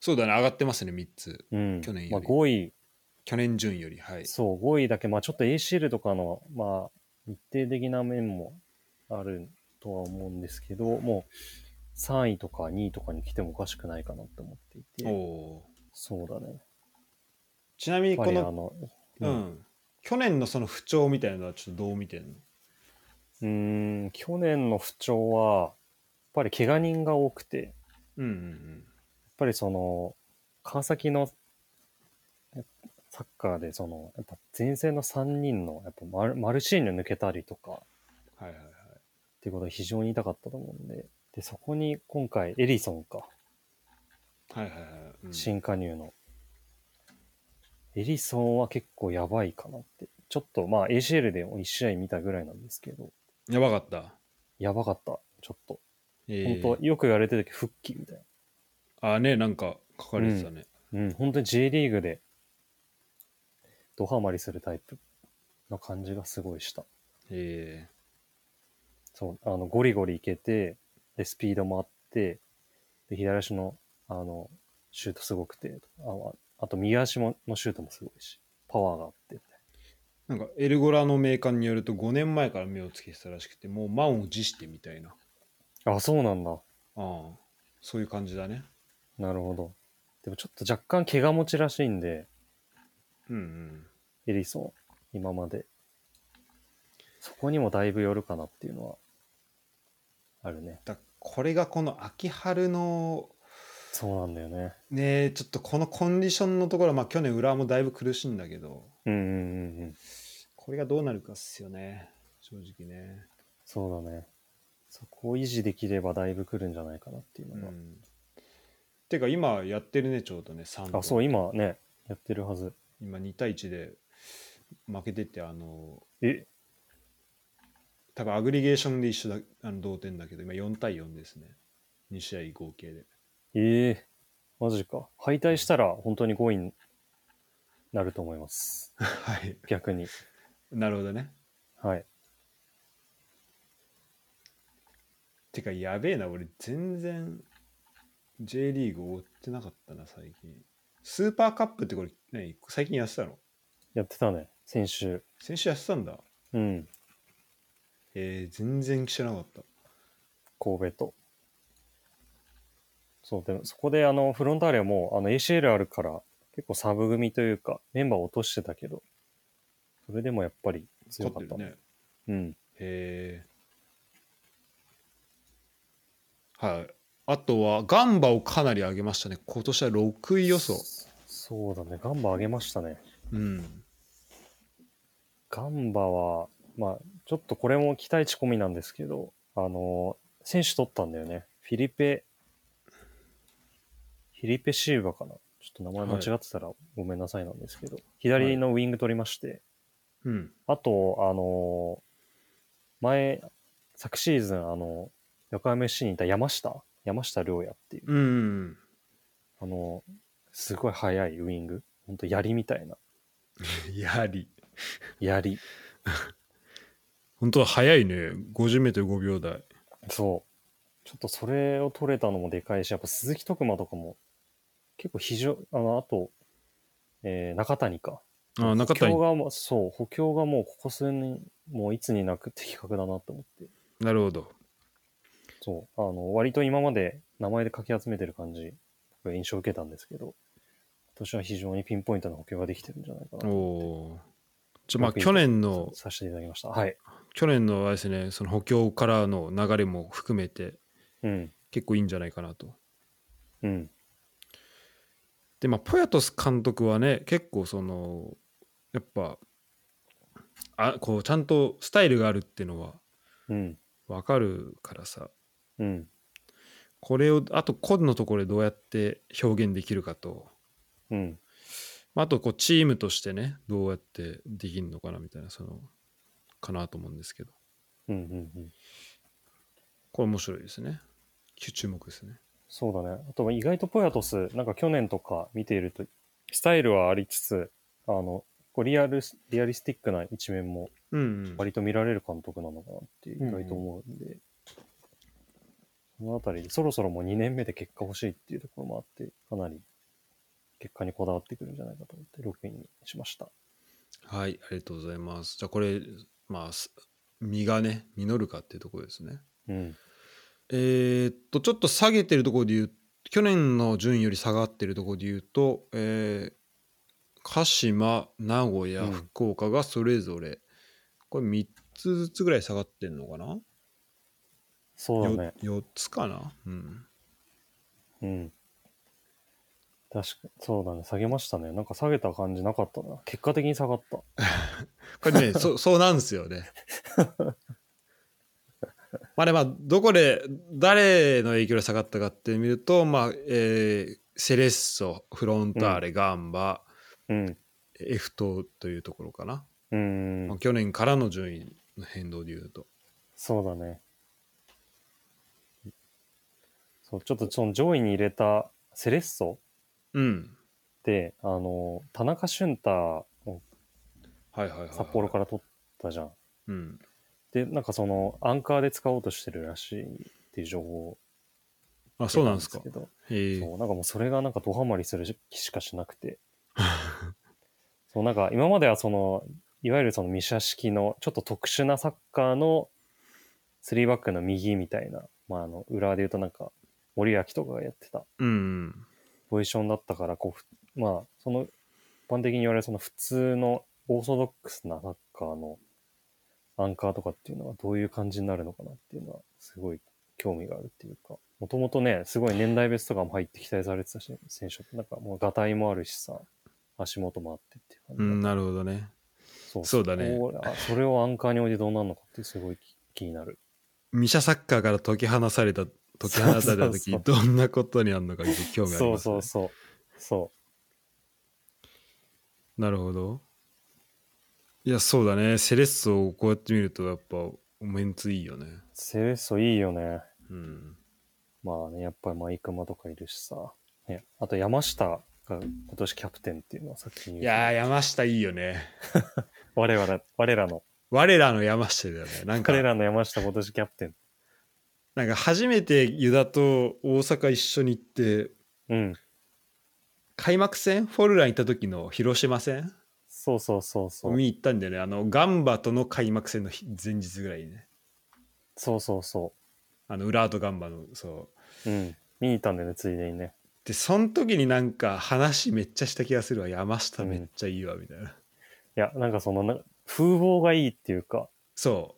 A: そうだね上がってますね3つ
B: うん。
A: 去年より
B: まあ、5位、
A: 去年順よりはい
B: そう、5位だけ、まあちょっと ACL とかの、まあ、一定的な面もあるとは思うんですけど、もう3位とか2位とかに来てもおかしくないかなって思ってい
A: お
B: て、
A: おー
B: そうだね。
A: ちなみに
B: やっぱ
A: こ
B: りあ
A: の、
B: の、
A: う
B: うん
A: ん、去年のその不調みたいなのはちょっとどう見てんの
B: うーん、去年の不調は、やっぱり怪我人が多くて、やっ
A: うんうん
B: ぱりその、川崎のえサッカーで、その、やっぱ前線の3人の、やっぱマルマルシーニョ抜けたりとか、
A: うんはいはいはい
B: っていうことが非常に痛かったと思うんで、で、そこに今回エリソンか、
A: はいはいはい、うん
B: 新加入の。エリソンは結構やばいかなって。ちょっとまあ ACL で1試合見たぐらいなんですけど、
A: やばかった、
B: やばかった。ちょっと。
A: えー
B: 本当よく言われてる時復帰みたい
A: あねなんか書かれてたね、
B: な。うん、本当に J リーグでドハマりするタイプの感じがすごいした。
A: え
B: そう、あの、ゴリゴリいけて、で、スピードもあって、で、左足の、あの、シュートすごくて、あああと右足ものシュートもすごいし、パワーがあって、
A: ーなんかエルゴラのメーカーによると5年前から目をつけてたらしくてもう満を持してみたいな
B: あ、そうなんだ。
A: ああそういう感じだね
B: なるほど。でもちょっと若干怪我持ちらしいんで、
A: うんうん
B: エリソン、今まで。そこにもだいぶよるかなっていうのは、あるね。
A: だこれがこの秋春の
B: そうなんだよね。
A: ねえちょっとこのコンディションのところ、まあ、去年、浦和もだいぶ苦しいんだけど、
B: うんうんうんうん。
A: これがどうなるかっすよね、正直ね。
B: そうだね。そこを維持できればだいぶ来るんじゃないかなっていう
A: う
B: のが。
A: ん、てか、今やってるね、ちょうどね、3
B: あ、そう、今ね、やってるはず。
A: 今2対1で負けてて、あの、
B: え、
A: 多分アグリゲーションで一緒だあの同点だけど、今4対4ですね、2試合合計で。 [laughs]
B: ええマジか。敗退したら本当に5位になると思い [laughs] ます。
A: はい、
B: 逆に。
A: なるほどね。
B: はい。
A: てか、やべえな、俺、全然 J リーグ追ってなかったな、最近。スーパーカップってこれ、何最近やってたの
B: やってたね、先週。
A: 先週やってたんだ。
B: うん。
A: えー、全然知らなかった。
B: 神戸と。そう、でもそこであの、フロンターレはもうあの ACL あるから、結構サブ組というか、メンバーを落としてたけど、それでもやっぱり強か
A: 勝
B: っ。
A: ったてるね。
B: うん。
A: えー、はい。あとは、ガンバをかなり上げましたね。今年は6位予想。
B: そうだね、ガンバ上げましたね。
A: うん。
B: ガンバは、まあ、ちょっとこれも期待値込みなんですけど、あの、選手取ったんだよね。フィリペ、フィリペシーバかな。ちょっと名前間違ってたらごめんなさいなんですけど、左のウィング取りまして、
A: うん。
B: あと、あのー前、昨シーズン、あの横浜 FC にいた山下、山下良也っていう、
A: うん。
B: あのーすごい速いウイング、ほんと槍みたいな、
A: やはり。
B: 槍。
A: 本当は早いね。50m5 秒台。
B: そう。ちょっとそれを取れたのもでかいし、やっぱ鈴木徳馬とかも、結構非常、あの、あと、えー中谷か。
A: あ、なか
B: 補
A: った
B: 強がもう、そう、補強がもうここ数年、もういつになく的確だなと思って。
A: なるほど。
B: そう、あの、割と今まで名前でかき集めてる感じ、僕は印象を受けたんですけど、今年は非常にピンポイントな補強ができてるんじゃない
A: お
B: かな
A: おー。じゃあまあ
B: 僕
A: 去年の
B: と、させていただきました。はい。
A: 去年のあれですね、その補強からの流れも含めて、
B: うん。
A: 結構いいんじゃないかなと。
B: うん。
A: で、まあ、ポヤトス監督はね、結構その、やっぱ、あこうちゃんとスタイルがあるっていうのは
B: うん。
A: 分かるからさ、
B: うん。
A: これを、あと、個のところでどうやって表現できるかと、
B: うん。
A: まあ、あとこう、チームとしてね、どうやってできるのかなみたいな、その、かなと思うんですけど、
B: うん。うん。うん。
A: これ面白いですね。注目ですね。
B: そうだね。あとは意外とポヤトス、なんか去年とか見ていると、スタイルはありつつ、あの、こうリアルス、リアリスティックな一面も
A: うん、うん。
B: 割と見られる監督なのかなって意外と思うんで、そのあたり、そろそろもう2年目で結果欲しいっていうところもあって、かなり結果にこだわってくるんじゃないかと思って、6位にしました。
A: はい、ありがとうございます。じゃあこれ、まあ、す実がね、実るかっていうところですね。
B: うん。
A: えーっと、ちょっと下げてるところで言う、去年の順位より下がってるところで言うと、えー鹿島、名古屋、
B: うん
A: 福岡がそれぞれ、これ3つずつぐらい下がってるのかな、
B: そうだね。
A: よ ?4 つかなうん。
B: うん。確か、そうだね。下げましたね。なんか下げた感じなかったな。結果的に下がった。
A: これね、
B: [laughs]
A: そそうなんですよね。まあね、まあ、どこで、誰の影響で下がったかって見ると、まあ、えーセレッソ、フロンターレ、ガンバ、
B: うん。
A: エフトというところかな。
B: うん
A: まあ、。去年からの順位の変動で言うと。
B: そうだね。そう、ちょっとその上位に入れたセレッソ
A: うん。
B: って、あの、田中俊太を
A: はいはいはい、はい。
B: 札幌から取ったじゃん。
A: うん。
B: で、なんかその、アンカーで使おうとしてるらしいっていう情報を
A: あ、
B: 得
A: そう
B: た
A: なんですか
B: け。ど
A: へえ
B: そう、なんかもうそれがなんかドハマりする気しかしなくて。そう、なんか今まではその、いわゆるそのミシャ式の、ちょっと特殊なサッカーの、3バックの右みたいな、まああの、裏で言うとなんか、森脇とかがやってた
A: うん。
B: ポジションだったから、こうふ、まあ、その、一般的に言われるその普通のオーソドックスなサッカーのアンカーとかっていうのはどういう感じになるのかなっていうのは、すごい興味があるっていうか、もともとね、すごい年代別とかも入って期待されてたし、選手ってなんかもう、がたいもあるしさ、足元もあってっていう感
A: う
B: じだ
A: ん、
B: った
A: なるほどね。
B: そう
A: そうだね
B: こうあそれをアンカーに置いてどうなるのかってすごい気気になる。
A: ミシャサッカーから解き放された、解き放たれた時
B: そうそうそう
A: どんなことになるのか興味あります、ね。
B: そうそうそう。そ
A: なるほど。いや、そうだね。セレッソをこうやって見ると、やっぱ、メンツいいよね。
B: う。セレッソいいよね。
A: うん。
B: まあね、やっぱりマイクマとかいるしさ。ね、あと山下が今年キャプテンっていうのはさっきに言う
A: いやー、山下いいよね。
B: 我々、我らの、
A: 我らの山下だよね。なんか、
B: 彼らの山下今年キャプテン。
A: なんか初めて湯田と大阪一緒に行って、
B: うん。
A: 開幕戦フォルラン行った時の広島戦
B: そうそうそうそう。
A: 見に行ったんだよね。あの、ガンバとの開幕戦の日前日ぐらいにね。
B: そうそうそ
A: あの、浦和とガンバの、そう。
B: う。うん。見に行ったんだよね、ついでにね。
A: で、その時になんか話めっちゃした気がするわ。山下めっちゃいいわ、みたいな。
B: いや、なんかそのな、風貌がいいっていうか、
A: そ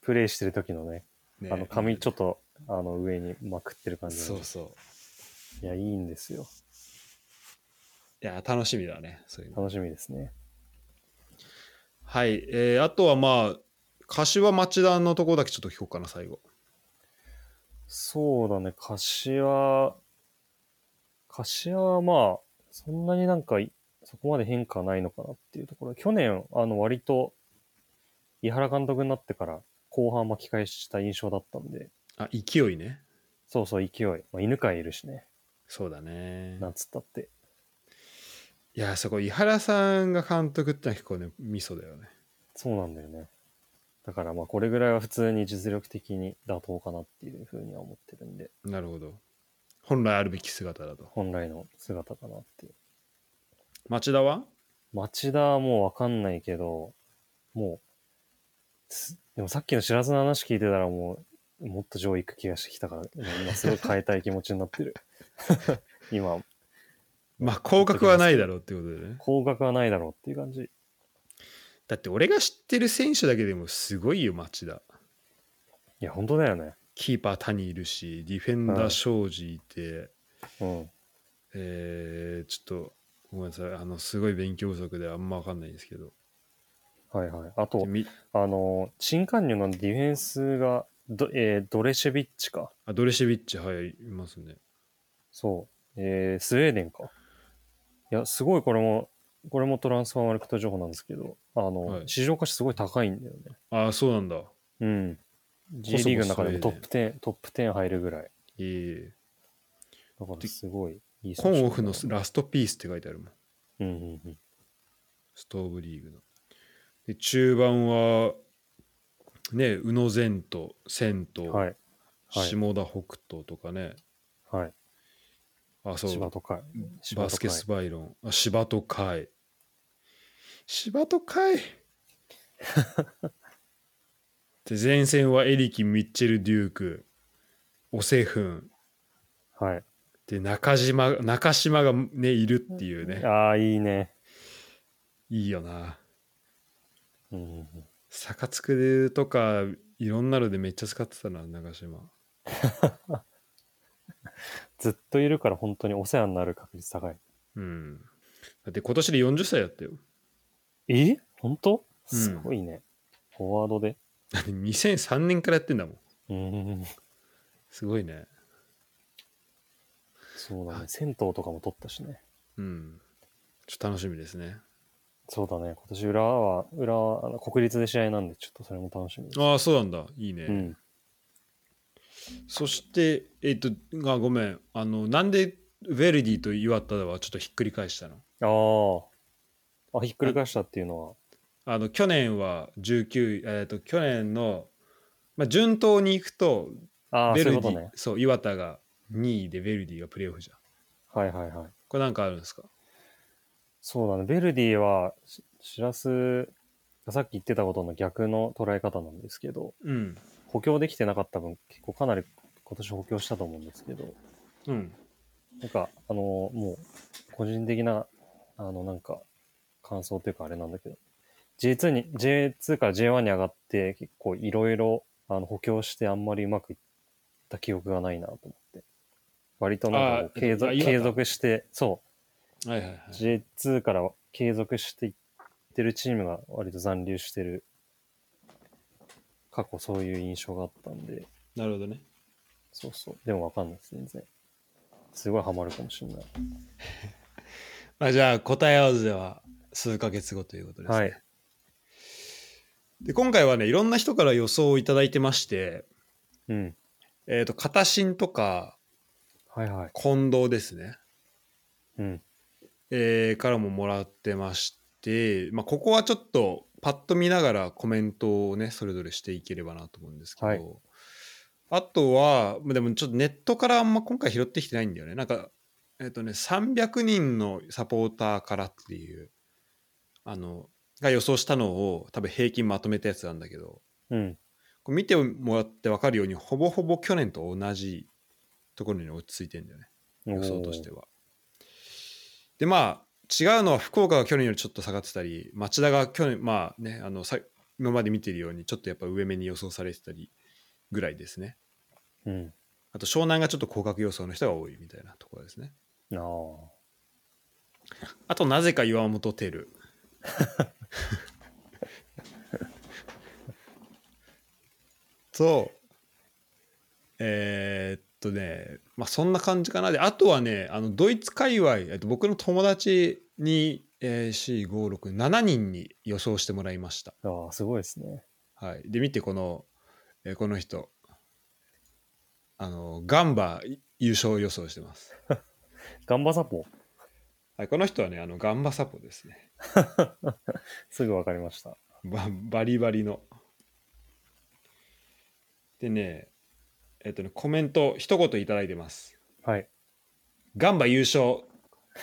B: プレイしてる時のね、
A: う。ね
B: あの髪ちょっと、あの上にまくってる感じの
A: そうそう。
B: いや、いいんですよ。
A: いや、楽しみだね。そういうの。
B: 楽しみですね。
A: はい。えーあとはまあ、柏町田のところだけちょっと聞こうかな、最後。
B: そうだね、柏、柏はまあ、そんなになんかい、そこまで変化ないのかなっていうところ。去年、あの、割と、井原監督になってから、後半巻き返した印象だったんで、
A: あ、勢いね。
B: そうそう、勢い。まあ、犬飼いいるしね、
A: そうだね。
B: なんつったって。
A: いや、そこ、井原さんが監督ってのは結構ね、ミソだよね。
B: そうなんだよね。だからまあ、これぐらいは普通に実力的に妥当かなっていうふうには思ってるんで、
A: なるほど。本来あるべき姿だと。
B: 本来の姿かなっていう。
A: 町田は
B: 町田はもうわかんないけど、もう、すでもさっきの知らずの話聞いてたらもう、もっと上位行く気がしてきたから、今すごい変えたい気持ちに
A: [laughs]
B: なってる。今、
A: まあ、降格はないだろうってことでね。
B: 高額はないだろうっていう感じ。
A: だって、俺が知ってる選手だけでもすごいよ、町田。
B: いや、本当だよね。
A: キーパー谷いるし、ディフェンダー庄司いて、
B: うん。
A: えーちょっと、ごめんなさい。あの、すごい勉強不足であんまわかんないんですけど。
B: はいはい。あと、
A: み
B: あの、新加入のディフェンスが、どえードレシェビッチか。
A: あドレシェビッチ、はい、いますね。
B: そう。えースウェーデンか。いや、すごいこれも、これもトランスファーマルクト情報なんですけど、あの、
A: はい
B: 市場価値すごい高いんだよね。
A: ああ、そうなんだ。
B: うん。G
A: こそ
B: リーグの中でも
A: ス
B: ト
A: ウェーデン
B: ップ10、トップ10入るぐらい。
A: えー
B: だからすごいいい
A: コンオフの
B: 選手だな
A: ラストピースって書いてあるもん。
B: うんうんうん。
A: ストーブリーグの。で、中盤は、ね、宇野善と千と、
B: はい。はい
A: 下田北斗とかね。
B: はい。
A: あ、そ
B: 芝
A: う。
B: 都会。芝
A: バ
B: 都
A: スケ
B: 会
A: スバイロン。あ、柴戸海。柴戸海 [laughs] で、前線はエリキ、ミッチェル、デューク、オセフン。
B: はい。
A: で、中島、中島がね、いるっていうね。
B: ああ、いいね。
A: いいよな。
B: うんうんうん。
A: 坂つくとか、いろんなのでめっちゃ使ってたな、中島。
B: ずっといるから本当にお世話になる確率高い。
A: うん。だって今年で40歳だったよ。
B: え本当
A: うん
B: すごいね。フォワードで。
A: だって2003年からやってんだもん。
B: うんうんうん。
A: すごいね。
B: そうだ
A: は
B: ね
A: い。
B: 銭湯とかも取ったしね。
A: うん。ちょっと楽しみですね。
B: そうだね。今年裏は、裏はあの国立で試合なんで、ちょっとそれも楽しみです。
A: ああ、そうなんだ。いいね。
B: うん。
A: そして、えっ、と、あ、ごめん。あの、なんでヴェルディと岩田はちょっとひっくり返したの
B: ああ。あ、ひっくり返したっていうのは。
A: あの、去年は19、えっ、と、去年の、まあ、順当に行くと、
B: ああ、
A: ヴェ
B: そう
A: ル
B: いう
A: デ
B: こ
A: ィ、
B: と
A: そう
B: ね。
A: 岩田が2位でヴェルディがプレーオフじゃん。
B: はいはいはい。
A: これなんかあるんですか
B: そうだね。ベルディは、しシラスがさっき言ってたことの逆の捉え方なんですけど、
A: うん。
B: 補強できてなかった分、結構かなり今年補強したと思うんですけど、
A: うん。
B: なんか、あのもう、個人的な、あの、なんか、感想というかあれなんだけど、J2 に、J2 から J1 に上がって、結構いろいろ、あの、補強してあんまりうまくった記憶がないなと思って。割となんかこう
A: あ
B: 継続
A: あ岩田
B: 継続して、そ
A: はいはいは
B: う、
A: い。
B: J2 から継続していってるチームが割と残留してる、過去そういう印象があったんで、
A: なるほどね。
B: そうそう。でもわかんないです、全然。すごいハマるかもしれない。
A: まあ、じゃあ答え合わせは数ヶ月後ということですね。
B: はい。
A: で今回はねいろんな人から予想をいただいてまして、
B: うん。
A: えー、と片新とか
B: はいはい。
A: 近藤ですね、
B: うん。
A: えーからももらってまして、まあ、ここはちょっとパッと見ながらコメントをねそれぞれしていければなと思うんですけど、
B: はい
A: あとはまあでもちょっとネットからあんま今回拾ってきてないんだよねなんかえっ、とね300人のサポーターからっていうあのが予想したのを多分平均まとめたやつなんだけど、
B: うん。
A: これ見てもらって分かるようにほぼほぼ去年と同じところに落ち着いてんだよね予想としては。でまあ違うのは福岡が去年よりちょっと下がってたり町田が去年まあねあのさ今まで見てるようにちょっとやっぱ上目に予想されてたりぐらいですね。
B: おー。うん。
A: あと湘南がちょっと降格予想の人が多いみたいなところですね。
B: ああ。
A: あとなぜか岩本テル。と、えーっとね、まあそんな感じかな。で、あとはね、あのドイツ界隈、えっと、僕の友達に、えー、4、5、6、7人に予想してもらいました。
B: ああ、すごいですね。
A: はい、で、見て、この、えーこの人、あの、ガンバ優勝予想してます。
B: ガンバサポ、
A: はい、この人はね、あのガンバサポですね。
B: すぐわかりました。
A: ババリバリの。でね、えっとね、コメント、一言いただいてます。
B: はい。
A: ガンバ優勝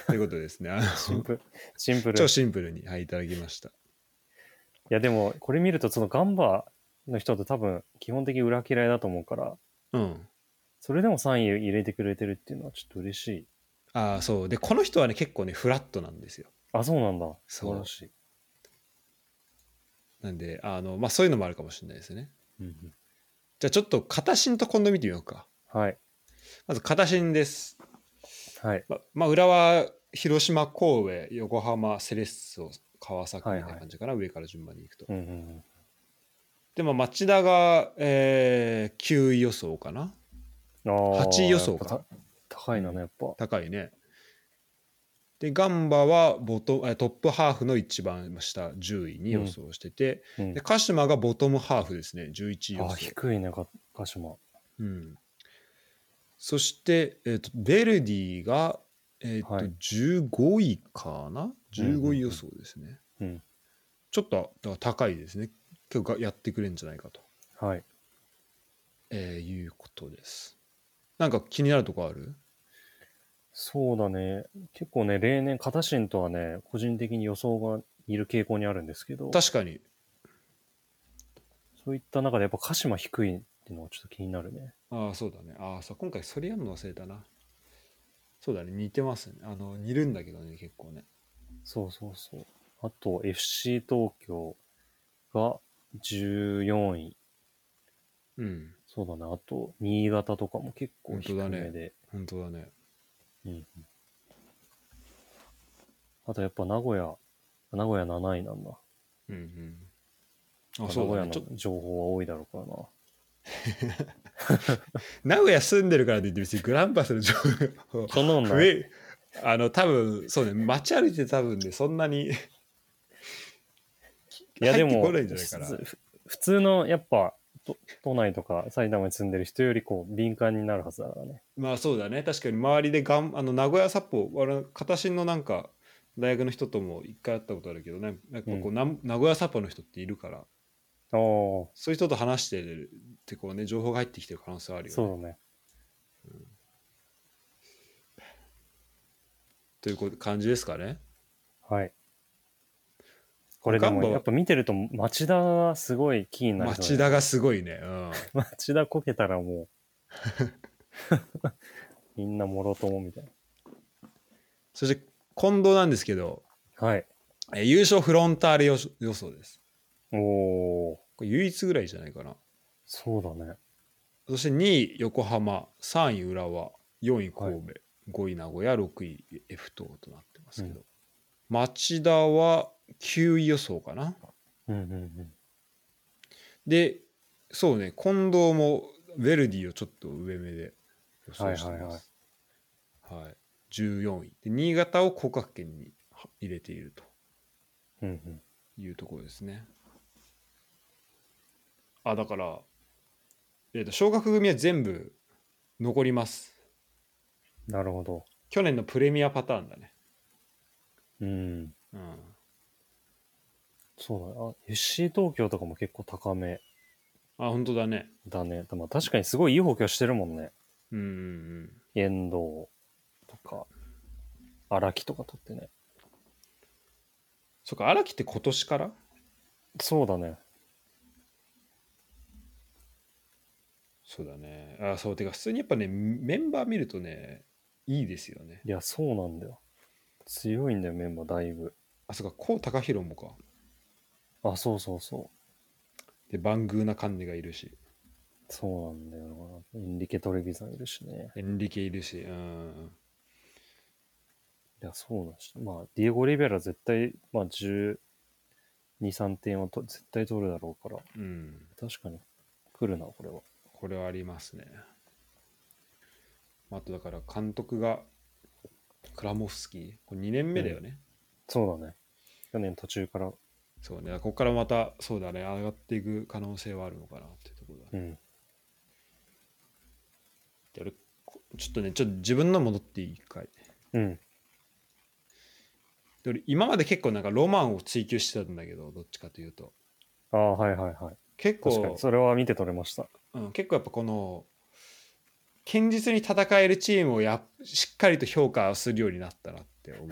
A: ということですね。あの
B: シン [laughs] プル。シンプル。
A: 超
B: い
A: シンプルに、はい、いただきました。
B: や、でも、これ見ると、そのガンバの人って多分、基本的に裏嫌いだと思うから、
A: うん。
B: それでも3位入れてくれてるっていうのはちょっと嬉しい。
A: ああ、そう。で、この人はね、結構ね、フラットなんですよ。
B: あ、そうなんだ。素
A: そう
B: 晴らしい。
A: なんで、あの、まあ、そういうのもあるかもしれないですね。
B: うん、
A: じゃあ、ちょっと、片心と今度見てみようか。
B: はい。
A: まず、片心です。
B: はい。
A: ままあ、浦和、広島、神戸、横浜、セレッソ、川崎みたいな感じかな、上から順番にいくと。
B: うんうん
A: でも町田が、えー、9位予想かな
B: うん。ああ。
A: 8予想か
B: やっぱた高いなね、やっぱ。
A: 高いねでガンバはボトえートップハーフの一番下10位に予想してて、
B: うん
A: で鹿島がボトムハーフですね11位予
B: あ、
A: 想、
B: 低いね、か鹿島。
A: うん、そして、えー、とベルディが、えーと
B: はい
A: 15位かな
B: うんうんう
A: 15
B: ん
A: 位予想ですね、
B: うん
A: ちょっとだから高いですね結構がやってくれるんじゃないかと、
B: はい。
A: えーいうことですなんか気になるとこある
B: そうだね。結構ね、例年、片新とはね、個人的に予想がいる傾向にあるんですけど、
A: 確かに
B: そういった中でやっぱ鹿島低いっていうのがちょっと気になるね。
A: ああそうだねああそう今回それやるの忘れたなそうだね似てますねあの似るんだけどね結構ね
B: そうそうそう。あと、FC 東京が14位。
A: うん
B: そうだね。あと、新潟とかも結構低め
A: 本当
B: で。
A: だ本当だね
B: うん。あと、やっぱ名古屋、名古屋7位なんだ。
A: うんうんあそう
B: 名
A: だね
B: 古屋
A: ちょっと
B: の情報は多いだろうからな。
A: 名古屋住んでるからって言って別にグランパスの情報
B: そんなもん
A: [laughs] 増
B: ない。
A: えあの多分そうね街歩いて多分ねそんなに
B: いやで
A: 入って
B: も
A: こないんじゃないかな
B: ふふ普通のやっぱ都都内とか埼玉に住んでる人よりこう敏感になるはずだからね。
A: まあそうだね確かに周りでがんあの名古屋札幌あの片新のなんか大学の人とも一回会ったことあるけどねなんかこう、
B: うん
A: な名古屋札幌の人っているから
B: ああ、
A: そういう人と話してるってこうね情報が入ってきてる可能性はあるよ、ね、
B: そうだね。
A: というこ感じですかね
B: はい。これで
A: ガン
B: も
A: バは
B: やっぱ見てると町田がすごいキーになる、
A: 町。田がすごいね、うん、
B: 町田こけた
A: [laughs]
B: らもうみんなもろともみたい
A: そして近藤なんですけど
B: な。はい。
A: えー優勝フロンターレ予想予想です
B: おお、
A: これ唯一ぐらいじゃないかな
B: そうだね。
A: そして2位横浜、3位浦和、4位神戸、5位名古屋、6位 F 等となってますけど、町田は9位予想かな。
B: うんうんうん。
A: で、そうね、近藤もヴェルディをちょっと上目で予想してます。はい14位で。新潟を降格圏に入れていると
B: うんうん。
A: いうところですね。あ、だから、えーと、昇格組は全部残ります。
B: なるほど。
A: 去年のプレミアパターンだね。
B: うん。
A: うん。
B: そうだ。あ、FC 東京とかも結構高め
A: あ、本当だね。
B: だね。でも確かにすごいいい補強してるもんね。
A: うんうんうん。
B: 遠藤とか、荒木とか取ってね。
A: そっか、荒木って今年から
B: そうだね。
A: そうだね。あ、そう、てか、普通にやっぱね、メンバー見るとね、いいですよね。
B: いや、そうなんだよ。強いんだよ、メンバーだいぶ。
A: あ、そっか、こう高弘もか。
B: あ、そうそうそう。
A: で、バングーな感じがいるし、
B: そうなんだよな。エンリケ・トレビザンいるしね。
A: エンリケいるし、うん。
B: いや、そうなんし。まあ、ディエゴ・リベラ絶対、まあ、12、3点はと絶対取るだろうから、
A: うん。
B: 確かに来るな、これは。
A: これはありますね。あと、だから、監督が、クラモフスキー、これ2年目だよね。
B: そうだね。去年途中から、
A: そうね、ここからまた、そうだね、上がっていく可能性はあるのかなっていうところだね。
B: うん。
A: で俺こちょっとねちょっと自分の戻っていい一回
B: うん。
A: で俺今まで結構なんかロマンを追求してたんだけどどっちかというと
B: ああ、はいはいはい。
A: 結
B: 確かに、
A: 構、
B: それは見て取れました。
A: うん、結構やっぱこの堅実に戦えるチームをやっしっかりと評価するようになったなって
B: [laughs]
A: 思う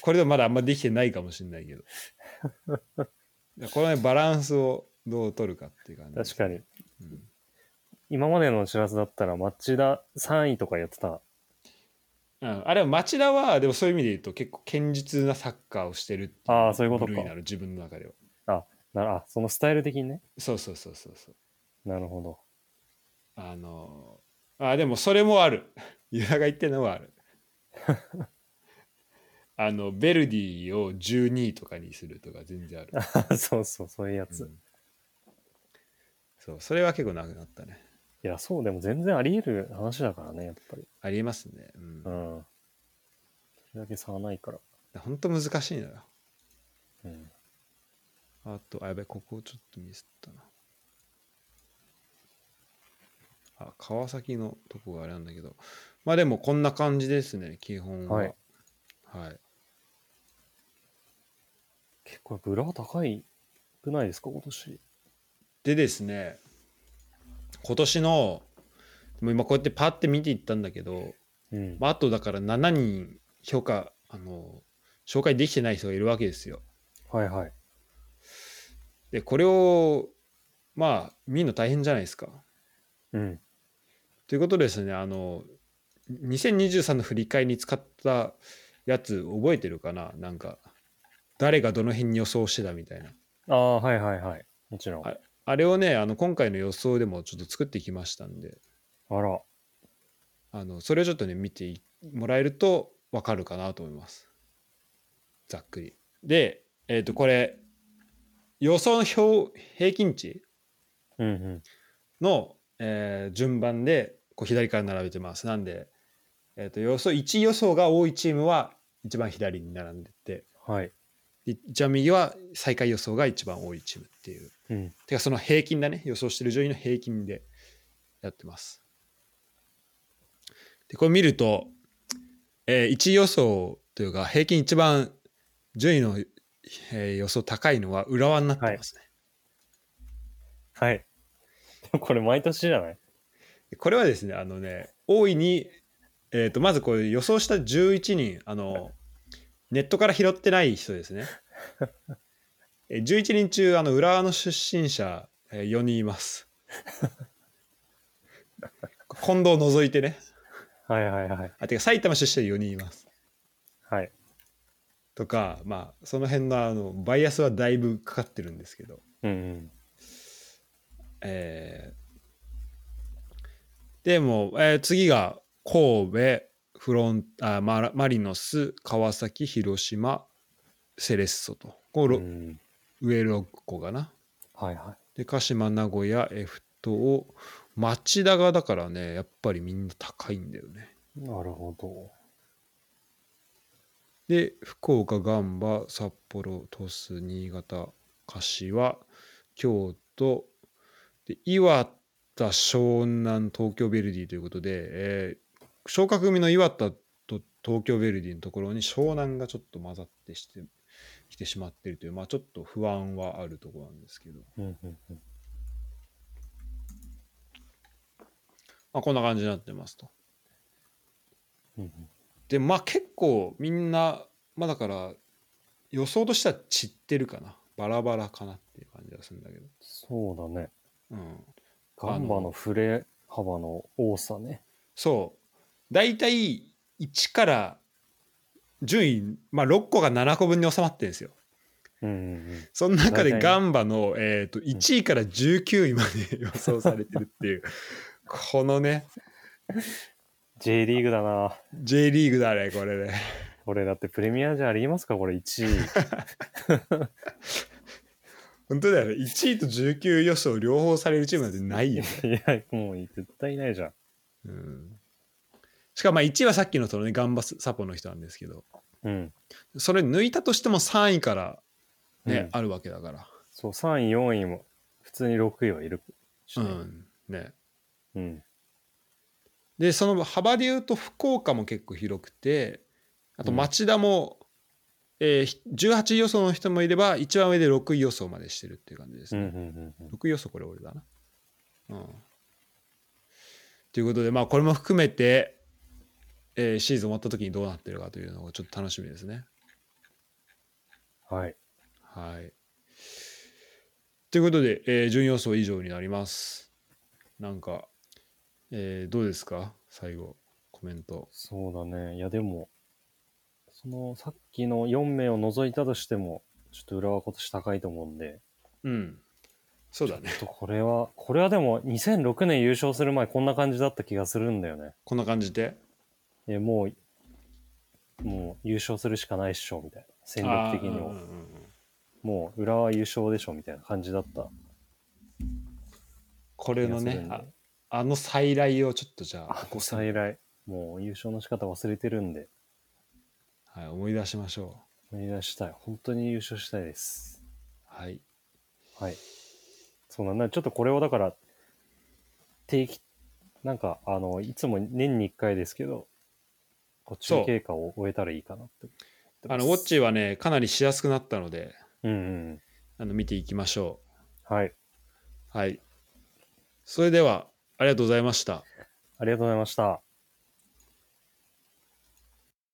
A: これでもまだあんまできてないかもしれないけ
B: [laughs]
A: どいやこのねバランスをどう取るかっていう感じ
B: 確かに。
A: うん
B: 今までのお知らせだったら、町田3位とかやってた。
A: うん、あれは町田はでもそういう意味で言うと結構堅実なサッカーをしてるって
B: ああそういうことか
A: 部類なる自分の中では
B: なあ、そのスタイル的にね。
A: そうそうそうそうそう
B: なるほど。
A: [laughs] あのーあでもそれもある [laughs] ユダが言ってるのはあ
B: [laughs]
A: るあのベルディを12位とかにするとか全然ある、
B: そうそう、そういうやつ。
A: う
B: い
A: んそうそれは結構なくなったね
B: や、そう、でも全然あり得る話だからね、やっぱり。
A: ありえますねうん
B: う、ん。それだけ差はないから。
A: ほんと難しいのよ
B: うん。
A: あと、あ、やべ、ここちょっとミスったな。あ、川崎のとこがあれなんだけど。まあでも、こんな感じですね、基本は。は
B: はいい。結構ブラ高いくないですか今年
A: でですね、今年の、でも今こうやってパって見ていったんだけど、
B: うん
A: まあ、あとだから7人評価、あの、紹介できてない人がいるわけですよ。
B: はいはい
A: で、これを、まあ、見るの大変じゃないですか。
B: うん
A: ということでですねあの2023の振り返りに使ったやつ覚えてるかななんか誰がどの辺に予想してたみたいな
B: ああはいはいはいもちろん
A: ああれをねあの今回の予想でもちょっと作ってきましたんで
B: あら
A: あのそれをちょっとね見ていもらえると分かるかなと思いますざっくりでえっ、とこれ予想の表平均値
B: うんうん
A: の、えー順番でこう左から並べてます。なんで、えー、と予想1位予想が多いチームは一番左に並んでって
B: はい
A: で一番右は最下位予想が一番多いチームっていう
B: うん
A: てかその平均だね予想してる順位の平均でやってます。でこれ見ると、え1位予想というか平均一番順位の、えー予想高いのは浦和になってますね。
B: はい [laughs] でもこれ毎年じゃない
A: これはですね、あのね、大いに、えー、とまずこれ予想した11人、あのネットから拾ってない人ですね。えー11人中、あの浦和の出身者、えー4人います。近藤を除いてね。
B: はいはいはい
A: あてか埼玉出身者4人います。
B: はい
A: とか、まあ、その辺のあのバイアスはだいぶかかってるんですけど、
B: うんうん
A: えーでも、えー次が神戸フロンあマラマリノス川崎広島セレッソとこうろ
B: うん
A: 上6個かな
B: はいは
A: で鹿島名古屋 F と町田がだからねやっぱりみんな高いんだよね
B: い。なるほど。
A: で福岡ガンバ札幌鳥栖新潟柏京都で岩田湘南東京ヴェルディということで、えー昇格組の岩田と東京ヴェルディのところに湘南がちょっと混ざってしてきてしまっているという、まあ、ちょっと不安はあるところなんですけど、
B: うんうんうん
A: まあ、こんな感じになってますと。
B: うんうん
A: でまあ結構みんなまあだから予想としては散ってるかなバラバラかなっていう感じがするんだけど、
B: そうだね。
A: うん、
B: ガンバの振れ幅の多さね。
A: そう大体1から順位、まあ、6個が7個分に収まってるんですよ
B: うんうんうん
A: その中で
B: 大体ね
A: ガンバの、えー、と1位から19位まで予想されてるっていう [laughs] このね
B: J リーグだな。
A: J リーグだねこれね
B: 俺だってプレミアじゃありますかこれ1位。 [laughs]
A: 本当だよね1位と19位予想両方されるチームなんてないよ
B: いや、もう絶対いないじゃん。
A: うんしかもまあ1位はさっきのそのねガンバスサポの人なんですけど
B: うん。
A: それ抜いたとしても3位からね、
B: うん
A: あるわけだから
B: そう、3位、4位も、普通に6位はいるし
A: う
B: ね。
A: んね
B: うん。
A: でその幅でいうと福岡も結構広くてあと
B: うん
A: 町田も、えーひ18位予想の人もいれば一番上で6位予想までしてるっていう感じです
B: うん。う
A: ね、
B: ん。うんうん。
A: 6位予想これ俺だなうんということでまあこれも含めて、えーシーズン終わった時にどうなってるかというのがちょっと楽しみですね
B: はい。
A: はい。ということで、えー準予想以上になります。なんか、えーどうですか最後、コメント。
B: そうだね。いや、でも、その、さっきの4名を除いたとしても、ちょっと裏は今年高いと思うんで、
A: うん。そうだね。
B: ちょっとこれは、これはでも、2006年優勝する前、こんな感じだった気がするんだよね。
A: こんな感じで。
B: え、もう、もう優勝するしかないっしょ、みたいな。戦
A: あー
B: 略的に
A: うん
B: も。
A: うんうん
B: もう、裏は優勝でしょ、みたいな感じだった。
A: これの
B: 気がする
A: ね
B: ん、で
A: ああの再来をちょっとじゃあ、
B: ご再来。もう優勝の仕方忘れてるんで、
A: はい、思い出しましょ
B: 思い出したい。本当に優勝したいです。
A: う。はい。
B: はい。そうなんだ。ちょっとこれをだから、定期、なんか、あの、いつも年に1回ですけど、こう
A: そう
B: 中継化を終えたらいいかなって
A: あの、ウォッチはね、かなりしやすくなったので、
B: うんうん
A: あの見ていきましょ
B: うん。はい。
A: う。はい。それでは、ありがとうございました。
B: ありがとうございました。